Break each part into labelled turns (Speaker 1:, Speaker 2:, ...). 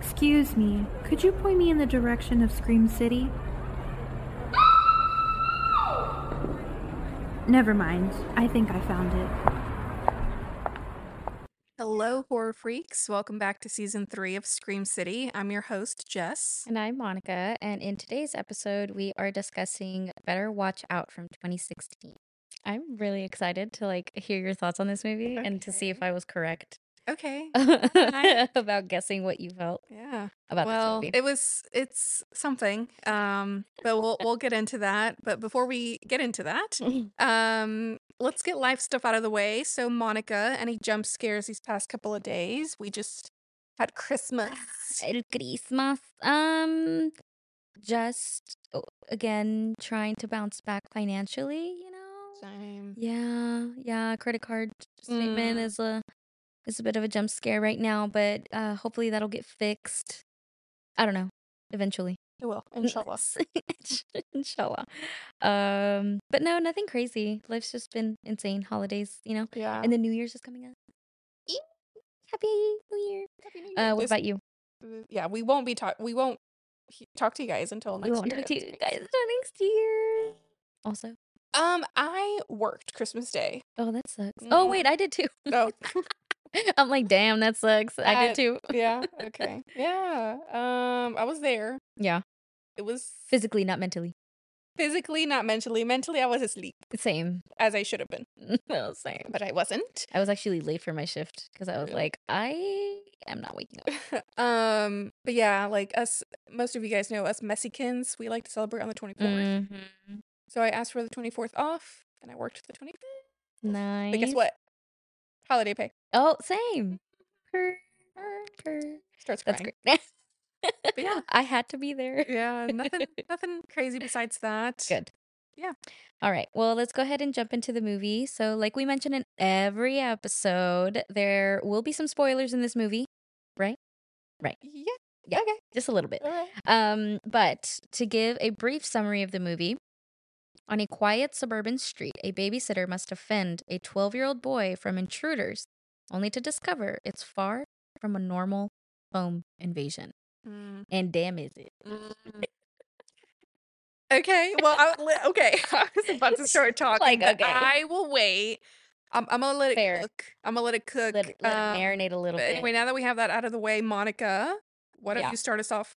Speaker 1: Excuse me, could you point me in the direction of Scream City? Never mind, I think I found it.
Speaker 2: Hello, horror freaks. Welcome back to season three of Scream City. I'm your host, Jess.
Speaker 3: And I'm Monica, and in today's episode, we are discussing Better Watch Out from 2016. I'm really excited to like hear your thoughts on this movie and to see if I was correct
Speaker 2: Okay. Hi.
Speaker 3: about guessing what you felt
Speaker 2: Yeah.
Speaker 3: about
Speaker 2: Well,
Speaker 3: this movie.
Speaker 2: it was it's something. Um, but we'll we'll get into that. But before we get into that, um, let's get life stuff out of the way. So Monica, any jump scares these past couple of days? We just had Christmas.
Speaker 3: El Christmas. Um, just oh, again trying to bounce back financially, you know.
Speaker 2: Same.
Speaker 3: Yeah, yeah. Credit card statement
Speaker 2: Mm.
Speaker 3: is a is a bit of a jump scare right now, but uh, hopefully that'll get fixed. I don't know. Eventually.
Speaker 2: It will, inshallah.
Speaker 3: Inshallah. Um, but no, nothing crazy. Life's just been insane. Holidays, you know,
Speaker 2: Yeah.
Speaker 3: and the New Year's is coming up. Eek. Happy New Year.
Speaker 2: Happy New Year.
Speaker 3: Uh, what
Speaker 2: This-
Speaker 3: about you?
Speaker 2: yeah, we won't be talk. We won't he- talk to you guys until next
Speaker 3: We won't
Speaker 2: year.
Speaker 3: talk to you guys until next year. Also,
Speaker 2: Um, I worked Christmas Day.
Speaker 3: oh, that sucks. Oh,
Speaker 2: Mm.
Speaker 3: wait, I did too.
Speaker 2: Oh,
Speaker 3: I'm like, damn, that sucks. I
Speaker 2: I-
Speaker 3: did too.
Speaker 2: yeah. Okay. Yeah. Um, I was there.
Speaker 3: Yeah,
Speaker 2: It was
Speaker 3: physically, not mentally.
Speaker 2: physically, not mentally. Mentally, I was asleep,
Speaker 3: Same.
Speaker 2: as I should have been,
Speaker 3: no, same.
Speaker 2: but I wasn't.
Speaker 3: I was actually late for my shift because I was
Speaker 2: Really?
Speaker 3: like, I am not waking up.
Speaker 2: um, but yeah, like us, most of you guys know us Mexicans. We like to celebrate on the twenty
Speaker 3: Mhm.
Speaker 2: So I asked for the twenty fourth off, and I worked the twenty fifth.
Speaker 3: Nice.
Speaker 2: Mm-hmm. But guess what? Holiday pay
Speaker 3: Oh, same. Purr, purr.
Speaker 2: starts crying.
Speaker 3: That's great.
Speaker 2: But yeah. Mm.
Speaker 3: I had to be there.
Speaker 2: Yeah, nothing, nothing crazy besides that.
Speaker 3: Good.
Speaker 2: Yeah.
Speaker 3: All right. Well, let's go ahead and jump into the movie. So, like we mentioned in every episode, there will be some spoilers in this movie,
Speaker 2: Yeah.
Speaker 3: Yeah.
Speaker 2: Okay.
Speaker 3: just a little bit.
Speaker 2: All right.
Speaker 3: Um, but to give a brief summary of the movie, on a quiet suburban street, a babysitter must defend a 12 year old boy from intruders, only to discover it's far from a normal home invasion.
Speaker 2: Mm,
Speaker 3: And damn, is it.
Speaker 2: mm. okay. Well, I, li- okay. I was about to start talking.
Speaker 3: Like,
Speaker 2: but
Speaker 3: okay.
Speaker 2: I will wait. I'm, I'm gonna let it
Speaker 3: Fair.
Speaker 2: cook. I'm gonna let it cook.
Speaker 3: Let, it- let
Speaker 2: Um,
Speaker 3: it marinate a little
Speaker 2: but
Speaker 3: bit.
Speaker 2: anyway, now that we have that out of the way, Monica, why don't
Speaker 3: Yeah.
Speaker 2: you start us off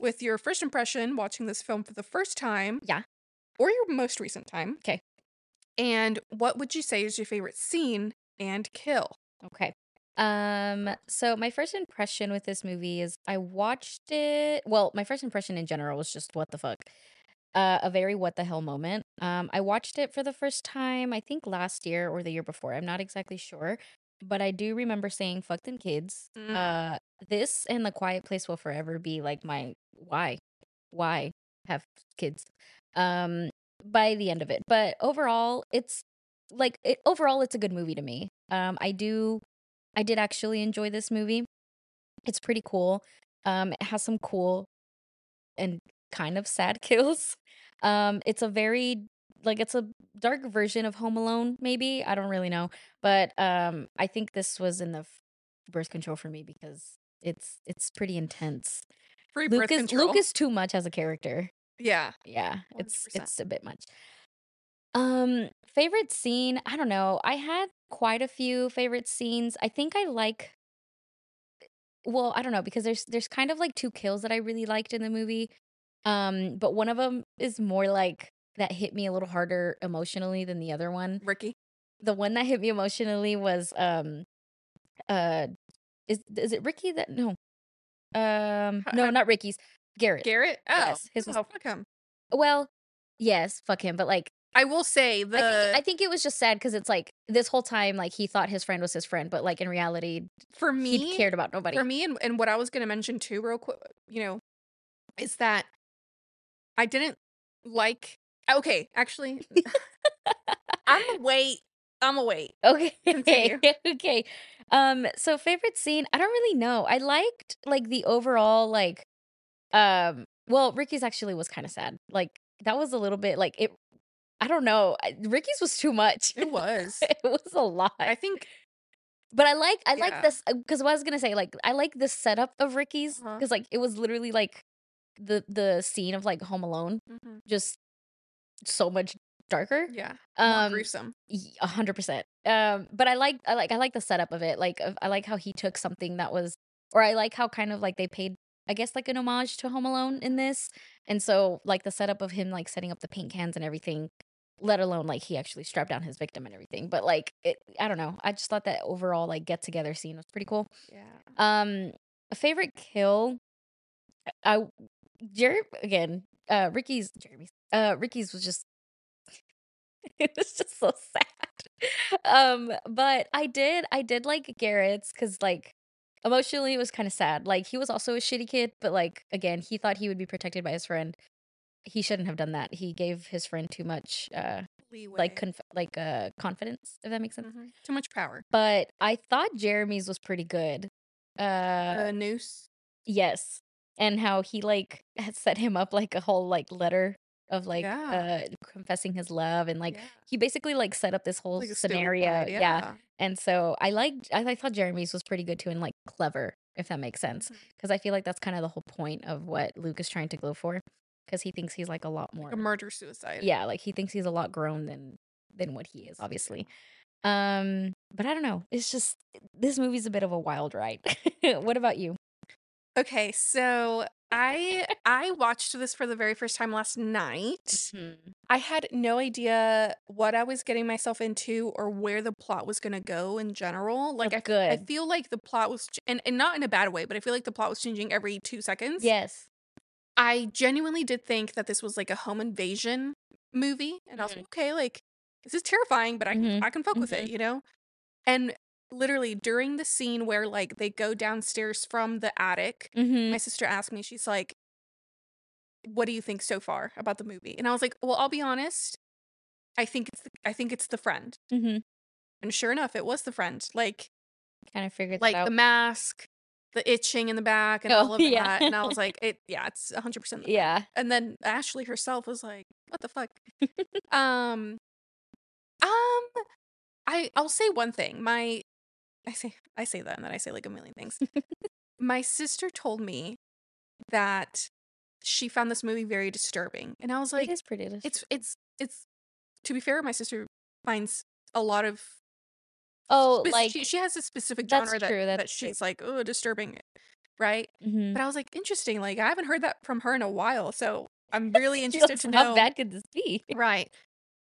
Speaker 2: with your first impression watching this film for the first time?
Speaker 3: Yeah.
Speaker 2: Or your most recent time.
Speaker 3: 'Kay.
Speaker 2: And what would you say is your favorite scene and kill?
Speaker 3: Okay. Um so my first impression with this movie is I watched it well my first impression in general was just what the fuck. Uh a very what the hell moment. Um I watched it for the first time I think last year or the year before. I'm not exactly sure, but I do remember saying fuck them kids.
Speaker 2: Mm-hmm. Mm,
Speaker 3: Uh this and The Quiet Place will forever be like my why why have kids. Um by the end of it. But overall it's like it, overall it's a good movie to me um i do i did actually enjoy this movie it's pretty cool um it has some cool and kind of sad kills um it's a very like it's a dark version of home alone maybe i don't really know but um i think this was in the f- birth control for me because it's it's pretty intense
Speaker 2: Free birth
Speaker 3: lucas
Speaker 2: control.
Speaker 3: lucas too much as a character
Speaker 2: Yeah.
Speaker 3: yeah it's
Speaker 2: 100%.
Speaker 3: it's a bit much um favorite scene i don't know i had quite a few favorite scenes i think i like well i don't know because there's there's kind of like two kills that i really liked in the movie um but one of them is more like that hit me a little harder emotionally than the other one
Speaker 2: Ricky.
Speaker 3: the one that hit me emotionally was um uh is is it ricky that no um
Speaker 2: How-
Speaker 3: no
Speaker 2: how-
Speaker 3: not ricky's garrett
Speaker 2: Garrett. Oh,
Speaker 3: Yes, his was-
Speaker 2: oh, fuck him.
Speaker 3: well yes fuck him but like
Speaker 2: I will say the
Speaker 3: I think, I think it was just sad because it's like this whole time, like he thought his friend was his friend, but like in reality,
Speaker 2: for
Speaker 3: he
Speaker 2: me
Speaker 3: cared about nobody.
Speaker 2: for me and, and what I was gonna mention too, real quick, you know, is that I didn't like uh, okay, actually I'm a wait. I'm a wait.
Speaker 3: okay,
Speaker 2: Continue.
Speaker 3: okay. Um, so favorite scene? I don't really know. I liked like the overall like, um. Well, Ricky's actually was kind of sad. Like that was a little bit like it. I don't know. I- Ricky's was too much.
Speaker 2: It was.
Speaker 3: it was a lot.
Speaker 2: I think
Speaker 3: But I like I like
Speaker 2: Yeah.
Speaker 3: this because what I was gonna say like I like the setup of Ricky's
Speaker 2: Uh-huh.
Speaker 3: because like it was literally like the the scene of like Home Alone
Speaker 2: Mhm.
Speaker 3: just so much darker.
Speaker 2: Yeah. more
Speaker 3: Um,
Speaker 2: gruesome.
Speaker 3: y- a hundred percent. Um, but I like I like I like the setup of it. Like of- I like how he took something that was, or I like how kind of like they paid I guess like an homage to Home Alone in this, and so like the setup of him like setting up the paint cans and everything. Let alone like he actually strapped down his victim and everything. But like it, I don't know. I just thought that overall like get together scene was pretty cool.
Speaker 2: Yeah.
Speaker 3: Um, a favorite kill. I, Jer again. Uh, Ricky's Jeremy's. Uh, Ricky's was just. it was just so sad. Um, but I did, I did like Garrett's because like emotionally it was kind of sad. Like he was also a shitty kid, but like again, he thought he would be protected by his friend. He shouldn't have done that. He gave his friend too much, uh,
Speaker 2: Leeway.
Speaker 3: like conf- like uh, confidence. If that makes sense.
Speaker 2: Mhm. Too much power.
Speaker 3: But I thought Jeremy's was pretty good. Uh,
Speaker 2: a noose.
Speaker 3: Yes. And how he like had set him up like a whole like letter of like
Speaker 2: Yeah.
Speaker 3: uh confessing his love and like
Speaker 2: Yeah.
Speaker 3: he basically like set up this whole
Speaker 2: Like a
Speaker 3: scenario.
Speaker 2: suicide,
Speaker 3: yeah. And so I liked I, I thought Jeremy's was pretty good too and like clever, if that makes sense.
Speaker 2: Mhm.
Speaker 3: Because I feel like that's kind of the whole point of what Luke is trying to go for. Because he thinks he's like a lot more
Speaker 2: Like a murder suicide.
Speaker 3: yeah like he thinks he's a lot grown than than what he is obviously um but i don't know it's just this movie's a bit of a wild ride what about you
Speaker 2: Okay, so I I watched this for the very first time last night. I had no idea what I was getting myself into or where the plot was going to go in general. Like I,
Speaker 3: That's
Speaker 2: I
Speaker 3: good.
Speaker 2: feel like the plot was ch- and, and not in a bad way, but I feel like the plot was changing every 2 seconds.
Speaker 3: yes
Speaker 2: I genuinely did think that this was like a home invasion movie, and I was
Speaker 3: Mhm.
Speaker 2: like, okay, like this is terrifying, but I
Speaker 3: Mhm.
Speaker 2: I can fuck with it, you know. And literally during the scene where like they go downstairs from the attic,
Speaker 3: mm-hmm.
Speaker 2: my sister asked me, she's like, "What do you think so far about the movie?" And I was like, "Well, I'll be honest, I think it's the, I think it's the friend."
Speaker 3: Mm-hmm.
Speaker 2: And sure enough, it was the friend. Like
Speaker 3: Kind of figured
Speaker 2: like
Speaker 3: that out.
Speaker 2: the mask, the itching in the back, and
Speaker 3: Oh,
Speaker 2: all of
Speaker 3: yeah.
Speaker 2: that. And I was like, "It yeah, it's 100 percent
Speaker 3: yeah.
Speaker 2: and then Ashley herself was like, "What the fuck?" um, um, I I'll say one thing. My I say I say that, and then I say like a million things. My sister told me that she found this movie very disturbing, and I was like,
Speaker 3: it is pretty. dis-
Speaker 2: "It's it's it's." To be fair, my sister finds a lot of
Speaker 3: oh,
Speaker 2: spec-
Speaker 3: like
Speaker 2: she, she has a specific
Speaker 3: that's
Speaker 2: genre that
Speaker 3: true,
Speaker 2: that
Speaker 3: that's true.
Speaker 2: she's like, "Oh, disturbing," right?
Speaker 3: mhm.
Speaker 2: But I was like, interesting. Like I haven't heard that from her in a while, so I'm really interested to know
Speaker 3: how bad could this be?
Speaker 2: Right.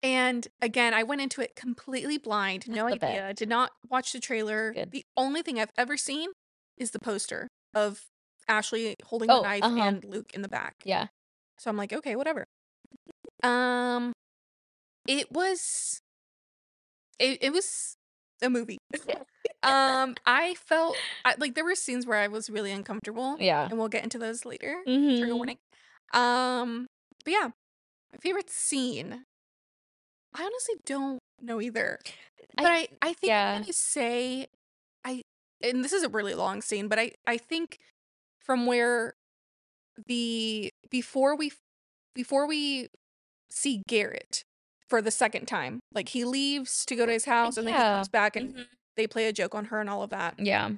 Speaker 2: And again, I went into it completely blind, no
Speaker 3: the
Speaker 2: idea.
Speaker 3: best.
Speaker 2: Did not watch the trailer.
Speaker 3: Good.
Speaker 2: The only thing I've ever seen is the poster of Ashley holding
Speaker 3: Oh,
Speaker 2: the knife
Speaker 3: uh-huh.
Speaker 2: and Luke in the back.
Speaker 3: Yeah.
Speaker 2: So I'm like, okay, whatever. Um, it was, it, it was a movie. um, I felt I, like there were scenes where I was really uncomfortable,
Speaker 3: Yeah.
Speaker 2: and we'll get into those later trigger
Speaker 3: Mhm.
Speaker 2: warning. Um, but yeah, my favorite scene. I honestly don't know either, but I I, think
Speaker 3: yeah.
Speaker 2: I'm gonna say I and this is a really long scene, but I I think from where the before we before we see Garrett for the second time, like he leaves to go to his house and then he
Speaker 3: Yeah.
Speaker 2: comes back and
Speaker 3: Mhm.
Speaker 2: they play a joke on her and all of that
Speaker 3: Yeah.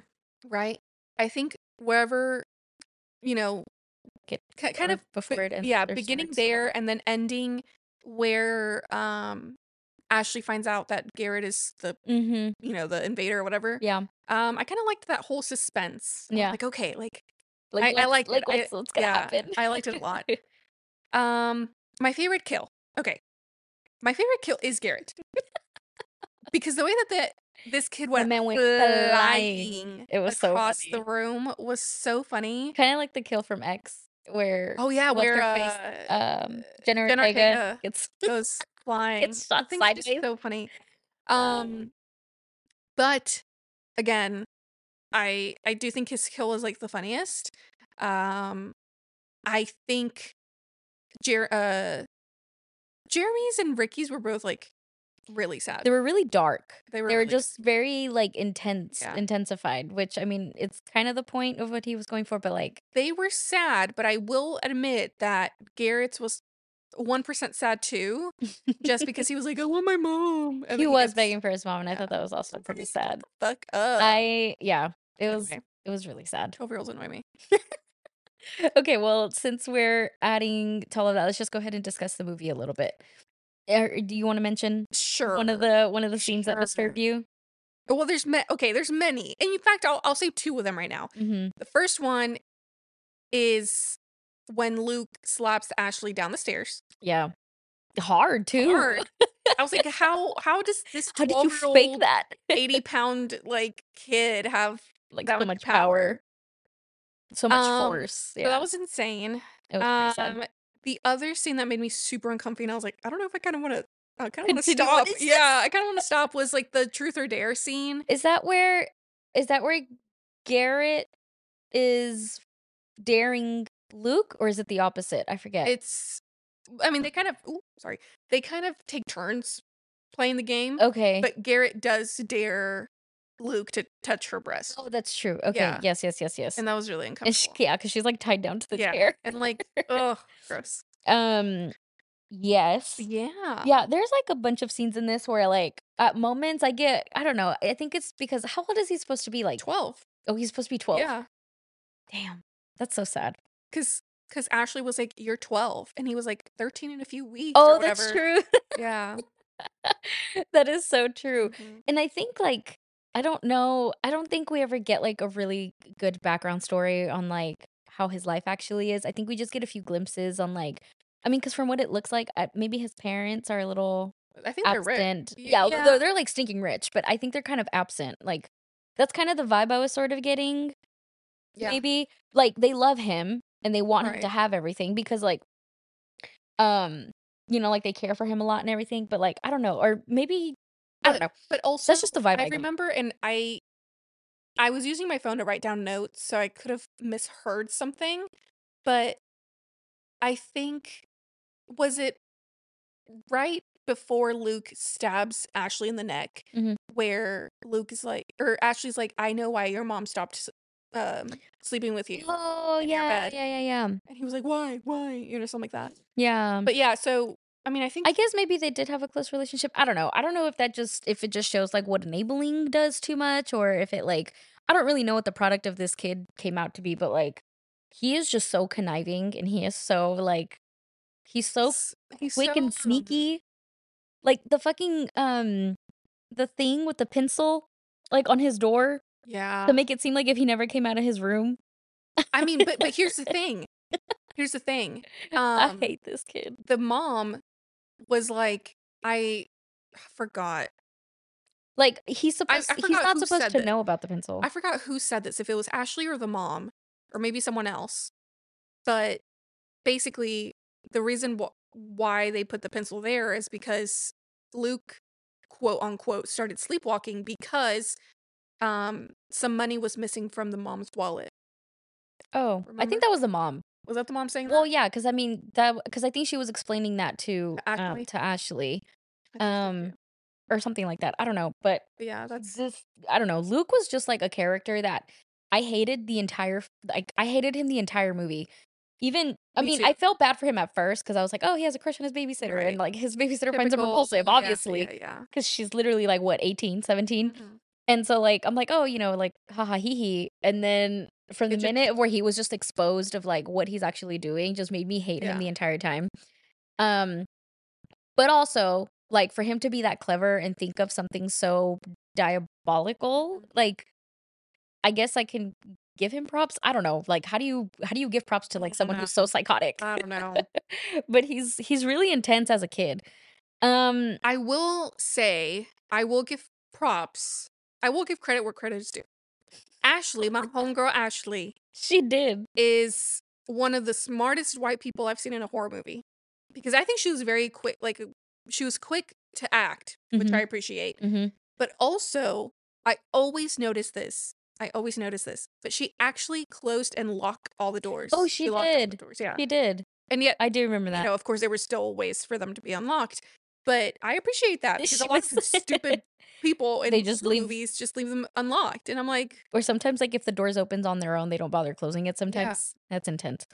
Speaker 2: right? I think wherever, you know,
Speaker 3: Get
Speaker 2: ki- kind
Speaker 3: or
Speaker 2: of
Speaker 3: before it ends
Speaker 2: yeah,
Speaker 3: or
Speaker 2: beginning
Speaker 3: starts.
Speaker 2: there and then ending where um Ashley finds out that Garrett is the
Speaker 3: Mm-hmm.
Speaker 2: you know the invader or whatever.
Speaker 3: Yeah.
Speaker 2: Um, I kind of liked that whole suspense. I was
Speaker 3: Yeah.
Speaker 2: like okay, like
Speaker 3: Like,
Speaker 2: I- I
Speaker 3: let's-
Speaker 2: liked it.
Speaker 3: like
Speaker 2: I-
Speaker 3: what's, what's gonna
Speaker 2: yeah,
Speaker 3: happen?
Speaker 2: I liked it a lot. um, my favorite kill. Okay, my favorite kill is Garrett because the way that the this kid went
Speaker 3: man went
Speaker 2: flying
Speaker 3: It was so
Speaker 2: across
Speaker 3: funny.
Speaker 2: the room was so funny.
Speaker 3: kind of like the kill from X, where
Speaker 2: Oh yeah,
Speaker 3: what's
Speaker 2: where
Speaker 3: her
Speaker 2: uh,
Speaker 3: um Jenna
Speaker 2: Jenna
Speaker 3: Ortega
Speaker 2: Ortega.
Speaker 3: gets
Speaker 2: goes flying.
Speaker 3: It's shot
Speaker 2: I think it's just
Speaker 3: sideways.
Speaker 2: so funny. Um, but again, I I do think his kill was like the funniest. Um, I think Jer- uh, Jeremy's and Ricky's were both like really sad.
Speaker 3: they were really dark.
Speaker 2: They
Speaker 3: they were
Speaker 2: really-
Speaker 3: just very like intense
Speaker 2: Yeah.
Speaker 3: intensified which i mean it's kind of the point of what he was going for but like
Speaker 2: they were sad, but I will admit that Garrett's was one percent sad too, just because he was like, "I want my mom." and
Speaker 3: he
Speaker 2: then
Speaker 3: was
Speaker 2: gets
Speaker 3: begging for his mom, and I
Speaker 2: yeah.
Speaker 3: thought that was also pretty
Speaker 2: Right. Uh,
Speaker 3: sad.
Speaker 2: the fuck up.
Speaker 3: I yeah, it was
Speaker 2: Anyway,
Speaker 3: it was really sad.
Speaker 2: twelve year olds annoy me.
Speaker 3: Okay, well, since we're adding to all of that, let's just go ahead and discuss the movie a little bit. Er, do you want to mention
Speaker 2: Sure.
Speaker 3: one of the one of the scenes that disturb
Speaker 2: Sure.
Speaker 3: you?
Speaker 2: well, there's ma- okay, there's many, and in fact, I'll I'll say two of them right now.
Speaker 3: hmm
Speaker 2: The first one is when Luke slaps Ashley down the stairs.
Speaker 3: Yeah, hard too.
Speaker 2: Hard. I was like, how how does this
Speaker 3: How did you
Speaker 2: 12-year-old
Speaker 3: fake that?
Speaker 2: 80 pound like kid have
Speaker 3: like
Speaker 2: that
Speaker 3: so
Speaker 2: much
Speaker 3: much
Speaker 2: power.
Speaker 3: power, so much
Speaker 2: Um,
Speaker 3: force.
Speaker 2: so
Speaker 3: Yeah,
Speaker 2: that was insane.
Speaker 3: it was pretty sad.
Speaker 2: Um, the other scene that made me super uncomfy, and I was like, I don't know if I kind of want to. I kind of want to
Speaker 3: Continue, what
Speaker 2: stop.
Speaker 3: is
Speaker 2: Yeah, I kind of want to stop. Was like the truth or dare scene.
Speaker 3: Is that where is that where Garrett is daring Luke, or is it the opposite? I forget.
Speaker 2: Eh, It's, I mean, they kind of. Ooh, sorry, they kind of take turns playing the game,
Speaker 3: okay.
Speaker 2: but Garrett does dare Luke to touch her breast,
Speaker 3: oh, that's true. Okay.
Speaker 2: Yeah.
Speaker 3: Yes. Yes. Yes. Yes.
Speaker 2: and that was really
Speaker 3: And she,
Speaker 2: uncomfortable.
Speaker 3: yeah, because she's like tied down to the
Speaker 2: Yeah.
Speaker 3: chair.
Speaker 2: And like, oh, gross.
Speaker 3: Um. Yes.
Speaker 2: Yeah.
Speaker 3: Yeah, there's like a bunch of scenes in this where, like, at moments I get, I don't know, I think it's because how old is he supposed to be? Like,
Speaker 2: Twelve.
Speaker 3: oh, he's supposed to be 12.
Speaker 2: Yeah.
Speaker 3: Damn. That's so sad.
Speaker 2: Because because Ashley was like, "You're 12," and he was like, "13 in a few weeks."
Speaker 3: Oh,
Speaker 2: or
Speaker 3: that's
Speaker 2: whatever.
Speaker 3: true.
Speaker 2: Yeah.
Speaker 3: that is so true.
Speaker 2: Mhm.
Speaker 3: And I think, like, I don't know, I don't think we ever get like a really good background story on like how his life actually is. I think we just get a few glimpses on like, I mean, because from what it looks like, I, maybe his parents are a little
Speaker 2: I think they're right.
Speaker 3: absent.
Speaker 2: Y-
Speaker 3: Yeah,
Speaker 2: yeah.
Speaker 3: They're, they're like stinking rich, but I think they're kind of absent. Like that's kind of the vibe I was sort of getting.
Speaker 2: Yeah.
Speaker 3: Maybe like they love him and they want him to
Speaker 2: Right.
Speaker 3: have everything because like um you know like they care for him a lot and everything, but like I don't know or maybe I don't know.
Speaker 2: But also,
Speaker 3: That's just the vibe I,
Speaker 2: I
Speaker 3: get.
Speaker 2: remember, and I, I was using my phone to write down notes, so I could have misheard something. But I think was it right before Luke stabs Ashley in the neck,
Speaker 3: Mhm.
Speaker 2: where Luke is like, or Ashley's like, "I know why your mom stopped." s- Um, sleeping with you,
Speaker 3: Oh
Speaker 2: in your
Speaker 3: yeah,
Speaker 2: bed.
Speaker 3: yeah, yeah, yeah.
Speaker 2: and he was like, "Why, why?" You know, something like that.
Speaker 3: Yeah.
Speaker 2: But yeah, so I mean, I think
Speaker 3: Mm. I guess maybe they did have a close relationship. I don't know. I don't know if that just if it just shows like what enabling does too much or if it like I don't really know what the product of this kid came out to be, but like he is just so conniving and he is so like he's so
Speaker 2: s- he's
Speaker 3: quick
Speaker 2: so, um,
Speaker 3: and sneaky. Like the fucking um the thing with the pencil like on his door
Speaker 2: Yeah,
Speaker 3: to make it seem like if he never came out of his room.
Speaker 2: I mean, but but here's the thing. Here's the thing.
Speaker 3: I
Speaker 2: Um,
Speaker 3: hate this kid.
Speaker 2: the mom was like, I forgot.
Speaker 3: Like he's supposed he's
Speaker 2: forgot
Speaker 3: not
Speaker 2: who
Speaker 3: supposed
Speaker 2: said
Speaker 3: to
Speaker 2: that.
Speaker 3: know about the pencil.
Speaker 2: I forgot who said this. If it was Ashley or the mom, or maybe someone else. But basically, the reason wh- why they put the pencil there is because Luke, quote unquote, started sleepwalking because um some money was missing from the mom's wallet.
Speaker 3: oh, I
Speaker 2: remember?
Speaker 3: think that was the mom.
Speaker 2: Was that the mom saying
Speaker 3: Well,
Speaker 2: that?
Speaker 3: yeah, because I mean that because I think she was explaining that to
Speaker 2: To
Speaker 3: um,
Speaker 2: Ashley?
Speaker 3: to Ashley
Speaker 2: I think so,
Speaker 3: um,
Speaker 2: too.
Speaker 3: or something like that. I don't know, but
Speaker 2: But yeah, that's
Speaker 3: this I don't know. Luke was just like a character that I hated the entire f- like I hated him the entire movie. Even I
Speaker 2: Me
Speaker 3: mean,
Speaker 2: too.
Speaker 3: I felt bad for him at first because I was like, oh, he has a crush on his babysitter,
Speaker 2: Right.
Speaker 3: and like his babysitter finds him
Speaker 2: typical-
Speaker 3: repulsive,
Speaker 2: yeah,
Speaker 3: obviously,
Speaker 2: Yeah, yeah.
Speaker 3: because she's literally like what 18, 17.
Speaker 2: Mhm.
Speaker 3: And so like I'm like, oh, you know, like haha hee hee. And then from the
Speaker 2: It just-
Speaker 3: minute where he was just exposed of like what he's actually doing just made me hate him
Speaker 2: Yeah.
Speaker 3: the entire time. Um but also like for him to be that clever and think of something so diabolical, like I guess I can give him props. I don't know. Like how do you how do you give props to like
Speaker 2: I
Speaker 3: someone
Speaker 2: dunno.
Speaker 3: who's so psychotic?
Speaker 2: I don't know.
Speaker 3: but he's he's really intense as a kid. Um
Speaker 2: I will say, I will give props. I will give credit where credit is due. Ashley, my homegirl Ashley,
Speaker 3: she did.
Speaker 2: is one of the smartest white people I've seen in a horror movie because I think she was very quick. Like uh, she was quick to act, which
Speaker 3: Mhm.
Speaker 2: I appreciate.
Speaker 3: Mhm.
Speaker 2: But also, I always notice this. I always notice this. But she actually closed and locked all the doors.
Speaker 3: Oh, she
Speaker 2: locked all the
Speaker 3: did.
Speaker 2: doors. Yeah,
Speaker 3: She did.
Speaker 2: and yet
Speaker 3: I do remember that.
Speaker 2: you know, of course, there were still ways for them to be unlocked. But I appreciate that because a
Speaker 3: She
Speaker 2: lot of
Speaker 3: was-
Speaker 2: stupid people in
Speaker 3: They just leave-
Speaker 2: movies just leave them unlocked, and I'm like,
Speaker 3: or sometimes like if the doors opens on their own they don't bother closing it sometimes that's intense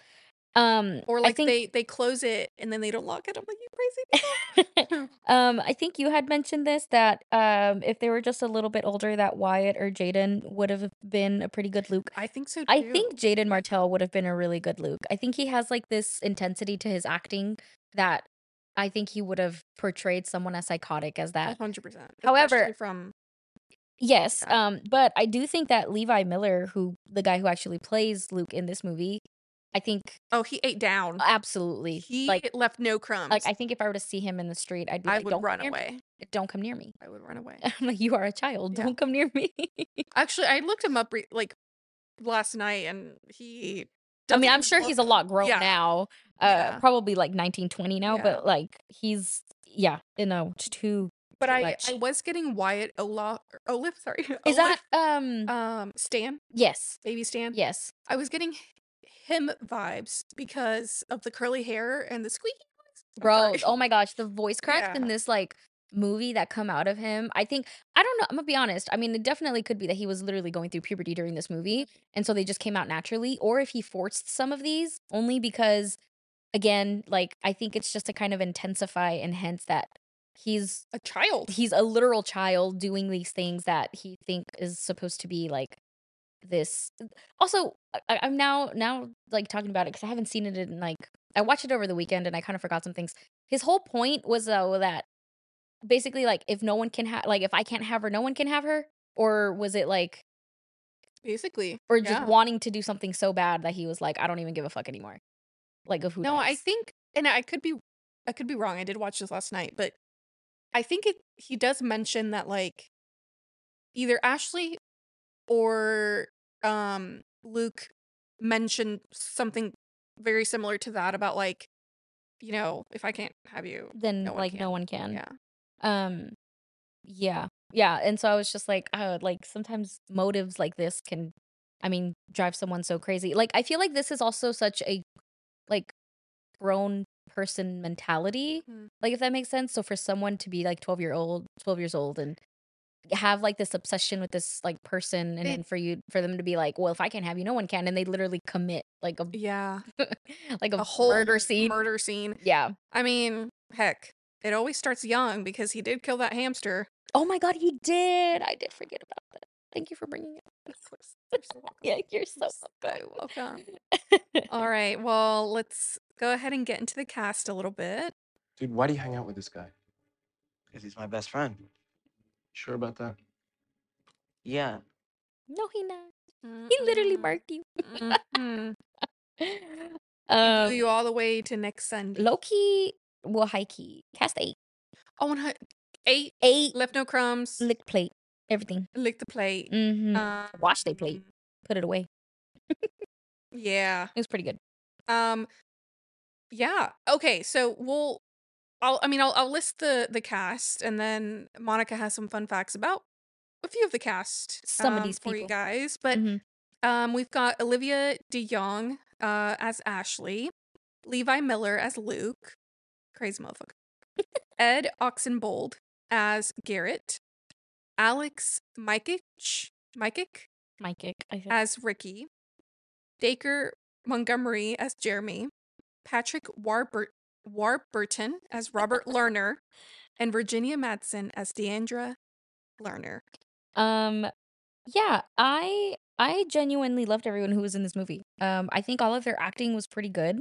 Speaker 3: Um,
Speaker 2: Or
Speaker 3: I
Speaker 2: like
Speaker 3: think-
Speaker 2: they they close it and then they don't lock it. I'm like, you crazy.
Speaker 3: um, I think you had mentioned this that um, if they were just a little bit older, that Wyatt or Jaden would have been a pretty good Luke.
Speaker 2: I think so. Too.
Speaker 3: I think Jaden Martell would have been a really good Luke. I think he has like this intensity to his acting that I think he would have portrayed someone as psychotic as that.
Speaker 2: 100. percent
Speaker 3: However-
Speaker 2: from
Speaker 3: Yes,
Speaker 2: Yeah.
Speaker 3: um, but I do think that Levi Miller, who the guy who actually plays Luke in this movie, I think
Speaker 2: oh he ate down.
Speaker 3: absolutely
Speaker 2: He
Speaker 3: like
Speaker 2: left no crumbs.
Speaker 3: like I think if I were to see him in the street, I'd be
Speaker 2: I
Speaker 3: like,
Speaker 2: would
Speaker 3: don't
Speaker 2: run
Speaker 3: come near me.
Speaker 2: away.
Speaker 3: Don't come near me.
Speaker 2: I would run away.
Speaker 3: I'm like, you are a child.
Speaker 2: Yeah.
Speaker 3: Don't come near me.
Speaker 2: Actually, I looked him up re- like last night, and he.
Speaker 3: I mean,
Speaker 2: doesn't
Speaker 3: I'm sure he's a
Speaker 2: look-
Speaker 3: lot grown
Speaker 2: Yeah.
Speaker 3: now. Uh,
Speaker 2: Yeah.
Speaker 3: probably like 1920 now,
Speaker 2: Yeah.
Speaker 3: but like he's yeah, you know, t- too.
Speaker 2: But I,
Speaker 3: much.
Speaker 2: I was getting Wyatt Olaf, Olaf, sorry,
Speaker 3: Is
Speaker 2: Olaf,
Speaker 3: that um?
Speaker 2: um Stan,
Speaker 3: yes,
Speaker 2: baby Stan?
Speaker 3: yes.
Speaker 2: I was getting h- him vibes because of the curly hair and the squeaky voice. I'm
Speaker 3: bro
Speaker 2: sorry.
Speaker 3: oh my gosh the voice cracks in
Speaker 2: Yeah.
Speaker 3: this like movie that come out of him i think i don't know i'm gonna be honest i mean it definitely could be that he was literally going through puberty during this movie and so they just came out naturally or if he forced some of these only because again like i think it's just to kind of intensify and hence that he's
Speaker 2: a child.
Speaker 3: he's a literal child doing these things that he think is supposed to be like this also I- I, i'm now now like talking about it because i haven't seen it in like i watched it over the weekend and i kind of forgot some things his whole point was though that basically like if no one can have like if i can't have her no one can have her or was it like
Speaker 2: basically,
Speaker 3: or just
Speaker 2: Yeah.
Speaker 3: wanting to do something so bad that he was like i don't even give a fuck anymore like of who
Speaker 2: No, I
Speaker 3: dies.
Speaker 2: think, and I could be, I could be wrong. I did watch this last night, but I think it. He does mention that like either Ashley or um Luke mentioned something very similar to that about like, you know, if I can't have you,
Speaker 3: then
Speaker 2: no one
Speaker 3: like
Speaker 2: can.
Speaker 3: no one can
Speaker 2: yeah,
Speaker 3: um yeah yeah and so i was just like oh like sometimes motives like this can i mean drive someone so crazy like i feel like this is also such a like grown person mentality
Speaker 2: Mhm.
Speaker 3: like if that makes sense so for someone to be like 12 year old 12 years old and have like this obsession with this like person and
Speaker 2: It-
Speaker 3: then for you for them to be like well if i can't have you no one can and they literally commit like a
Speaker 2: yeah,
Speaker 3: like a,
Speaker 2: a whole
Speaker 3: murder scene
Speaker 2: Murder scene.
Speaker 3: yeah
Speaker 2: I mean, heck, it always starts young because he did kill that hamster.
Speaker 3: oh my god he did i did forget about that thank you for bringing it up
Speaker 2: You're so welcome.
Speaker 3: Yeah, you're so
Speaker 2: You're
Speaker 3: Oh,
Speaker 2: so welcome. All right. Well, let's go ahead and get into the cast a little bit.
Speaker 4: Dude, why do you hang out with this guy?
Speaker 5: Because he's my best friend.
Speaker 4: Sure about that?
Speaker 5: Yeah.
Speaker 3: no, he not. He literally marked you. mm-hmm.
Speaker 2: mm you
Speaker 3: Um,
Speaker 2: all the way to next Sunday.
Speaker 3: Loki, well, high key, cast eight,
Speaker 2: Oh, and hi- eight
Speaker 3: eight,
Speaker 2: left no crumbs. Lick,
Speaker 3: lick plate, everything.
Speaker 2: the plate.
Speaker 3: hmm
Speaker 2: Um,
Speaker 3: Wash they plate. Put it away. It
Speaker 2: Yeah.
Speaker 3: was pretty good.
Speaker 2: Um. Yeah. Okay. So we'll. I'll. I mean, I'll. I'll list the the cast, and then Monica has some fun facts about a few of the cast.
Speaker 3: Some of
Speaker 2: um,
Speaker 3: these
Speaker 2: for you
Speaker 3: people.
Speaker 2: guys, but
Speaker 3: Mhm.
Speaker 2: Um, we've got Olivia De Jong uh, as Ashley, Levi Miller as Luke, crazy motherfucker, Ed Oxenbold as Garrett, Alex Mikic, Mikic
Speaker 3: My kick. I think.
Speaker 2: as Ricky, Dacre Montgomery as Jeremy, Patrick Warbur- Warburton as Robert Lerner, and Virginia Madsen as Deandra Lerner.
Speaker 3: Um, yeah, I I genuinely loved everyone who was in this movie. Um, I think all of their acting was pretty good.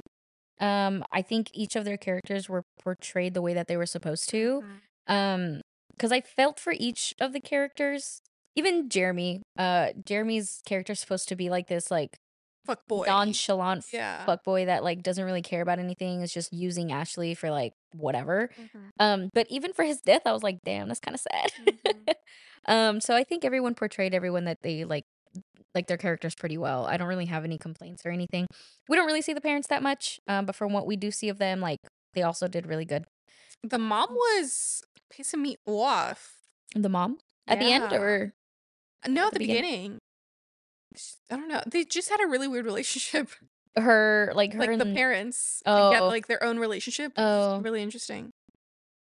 Speaker 3: Um, I think each of their characters were portrayed the way that they were supposed to.
Speaker 2: Mm-hmm.
Speaker 3: um because i felt for each of the characters even jeremy uh jeremy's character's supposed to be like this like
Speaker 2: Fuck boy.
Speaker 3: nonchalant
Speaker 2: Yeah.
Speaker 3: fuckboy that like doesn't really care about anything is just using ashley for like whatever
Speaker 2: Mhm.
Speaker 3: um but even for his death i was like damn that's kind of sad
Speaker 2: Mhm.
Speaker 3: um so i think everyone portrayed everyone that they like like their characters pretty well i don't really have any complaints or anything we don't really see the parents that much um but from what we do see of them like they also did really good
Speaker 2: The mom
Speaker 3: Mm.
Speaker 2: was pissing me off.
Speaker 3: the mom at the
Speaker 2: Yeah.
Speaker 3: end or
Speaker 2: No,
Speaker 3: at
Speaker 2: at
Speaker 3: the
Speaker 2: the, beginning.
Speaker 3: beginning?
Speaker 2: Sh- I don't know. They just had a really weird relationship.
Speaker 3: her like her
Speaker 2: like the
Speaker 3: and-
Speaker 2: parents like, had
Speaker 3: Oh.
Speaker 2: like their own relationship. which is
Speaker 3: Oh.
Speaker 2: really interesting.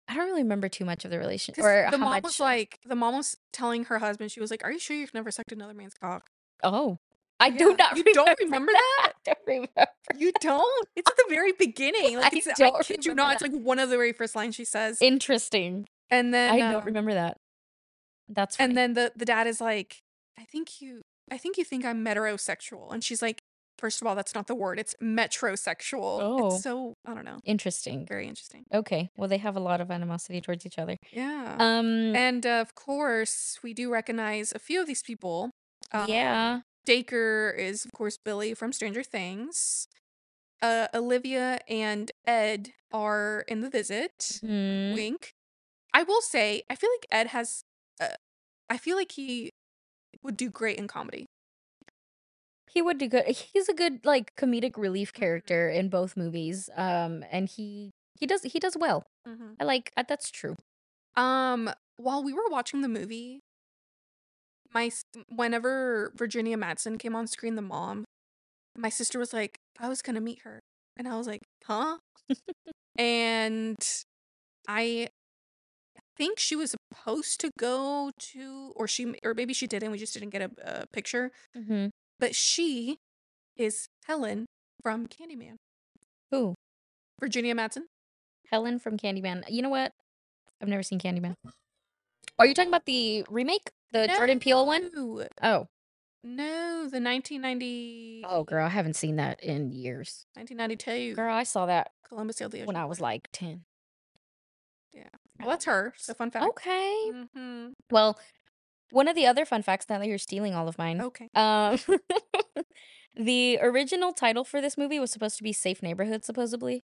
Speaker 3: I don't really remember too much of the relationship
Speaker 2: 'Cause
Speaker 3: or
Speaker 2: the
Speaker 3: how
Speaker 2: mom
Speaker 3: much.
Speaker 2: was like, the mom was telling her husband, she was like, "Are you sure you've never sucked another man's cock?"
Speaker 3: oh, I do
Speaker 2: Yeah,
Speaker 3: not
Speaker 2: you don't remember
Speaker 3: I don't remember.
Speaker 2: You don't. It's at the very beginning. Like
Speaker 3: I
Speaker 2: it's, I,
Speaker 3: don't
Speaker 2: kid you
Speaker 3: remember
Speaker 2: not. It's like one of the very first lines she says,
Speaker 3: Interesting.
Speaker 2: and then
Speaker 3: I don't
Speaker 2: um,
Speaker 3: remember that. That's
Speaker 2: And then
Speaker 3: funny.
Speaker 2: the the dad is like, I think you, I think you think I'm metrosexual, and she's like, first of all, that's not the word. It's metrosexual.
Speaker 3: Oh.
Speaker 2: It's so I don't know.
Speaker 3: interesting.
Speaker 2: Very interesting.
Speaker 3: Okay. Well, they have a lot of animosity towards each other.
Speaker 2: Yeah.
Speaker 3: Um.
Speaker 2: and uh, of course, we do recognize a few of these people. Um,
Speaker 3: yeah.
Speaker 2: Dacre is, of course, Billy from Stranger Things. Uh, Olivia and Ed are in the visit.
Speaker 3: Mm,
Speaker 2: Wink. I will say, I feel like Ed has. Uh, I feel like he would do great in comedy.
Speaker 3: He would do good. He's a good like comedic relief
Speaker 2: Mm-hmm.
Speaker 3: character in both movies. Um. And he he does he does well. I like uh, that's true.
Speaker 2: Um, while we were watching the movie, my s- whenever Virginia Madsen came on screen, the mom, my sister was like, "I was gonna meet her," and I was like, "Huh?" and I think she was supposed to go to, or she, m- or maybe she didn't. We just didn't get a, a picture.
Speaker 3: Mm-hmm.
Speaker 2: But she is Helen from Candyman.
Speaker 3: Who?
Speaker 2: Virginia Madsen.
Speaker 3: Helen from Candyman. You know what? I've never seen Candyman. Are you talking about the remake, the Jordan Peele one?
Speaker 2: No,
Speaker 3: Oh,
Speaker 2: no, the 1990.
Speaker 3: oh, girl, I haven't seen that in years.
Speaker 2: 1992.
Speaker 3: Girl, I saw that
Speaker 2: Columbus sailed the ocean.
Speaker 3: when I was like ten.
Speaker 2: Yeah. well, that's her. So fun fact.
Speaker 3: Okay. Mm-hmm.
Speaker 2: hmm
Speaker 3: Well, one of the other fun facts. Now that you're stealing all of mine,
Speaker 2: Okay.
Speaker 3: um, the original title for this movie was supposed to be Safe Neighborhood, supposedly.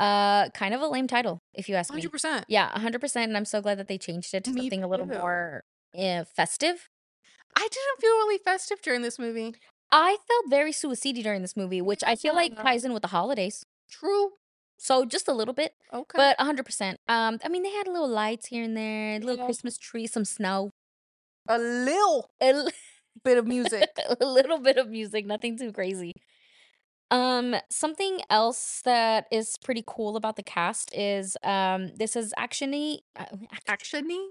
Speaker 3: Uh, kind of a lame title, if you ask me.
Speaker 2: Hundred percent.
Speaker 3: Yeah, hundred percent. And I'm so glad that they changed it to
Speaker 2: Me
Speaker 3: something a little
Speaker 2: too.
Speaker 3: more eh, festive.
Speaker 2: I didn't feel really festive during this movie.
Speaker 3: I felt very suicidal during this movie, which I feel like ties in with the holidays.
Speaker 2: True.
Speaker 3: So just a little bit,
Speaker 2: Okay.
Speaker 3: but but 100%. Um, I mean, they had little lights here and there, little
Speaker 2: Yeah.
Speaker 3: Christmas tree, some snow,
Speaker 2: a little
Speaker 3: a, l-
Speaker 2: bit of music.
Speaker 3: a little bit of music, nothing too crazy. Um, something else that is pretty cool about the cast is um, this is actually uh, act-
Speaker 2: Actiony.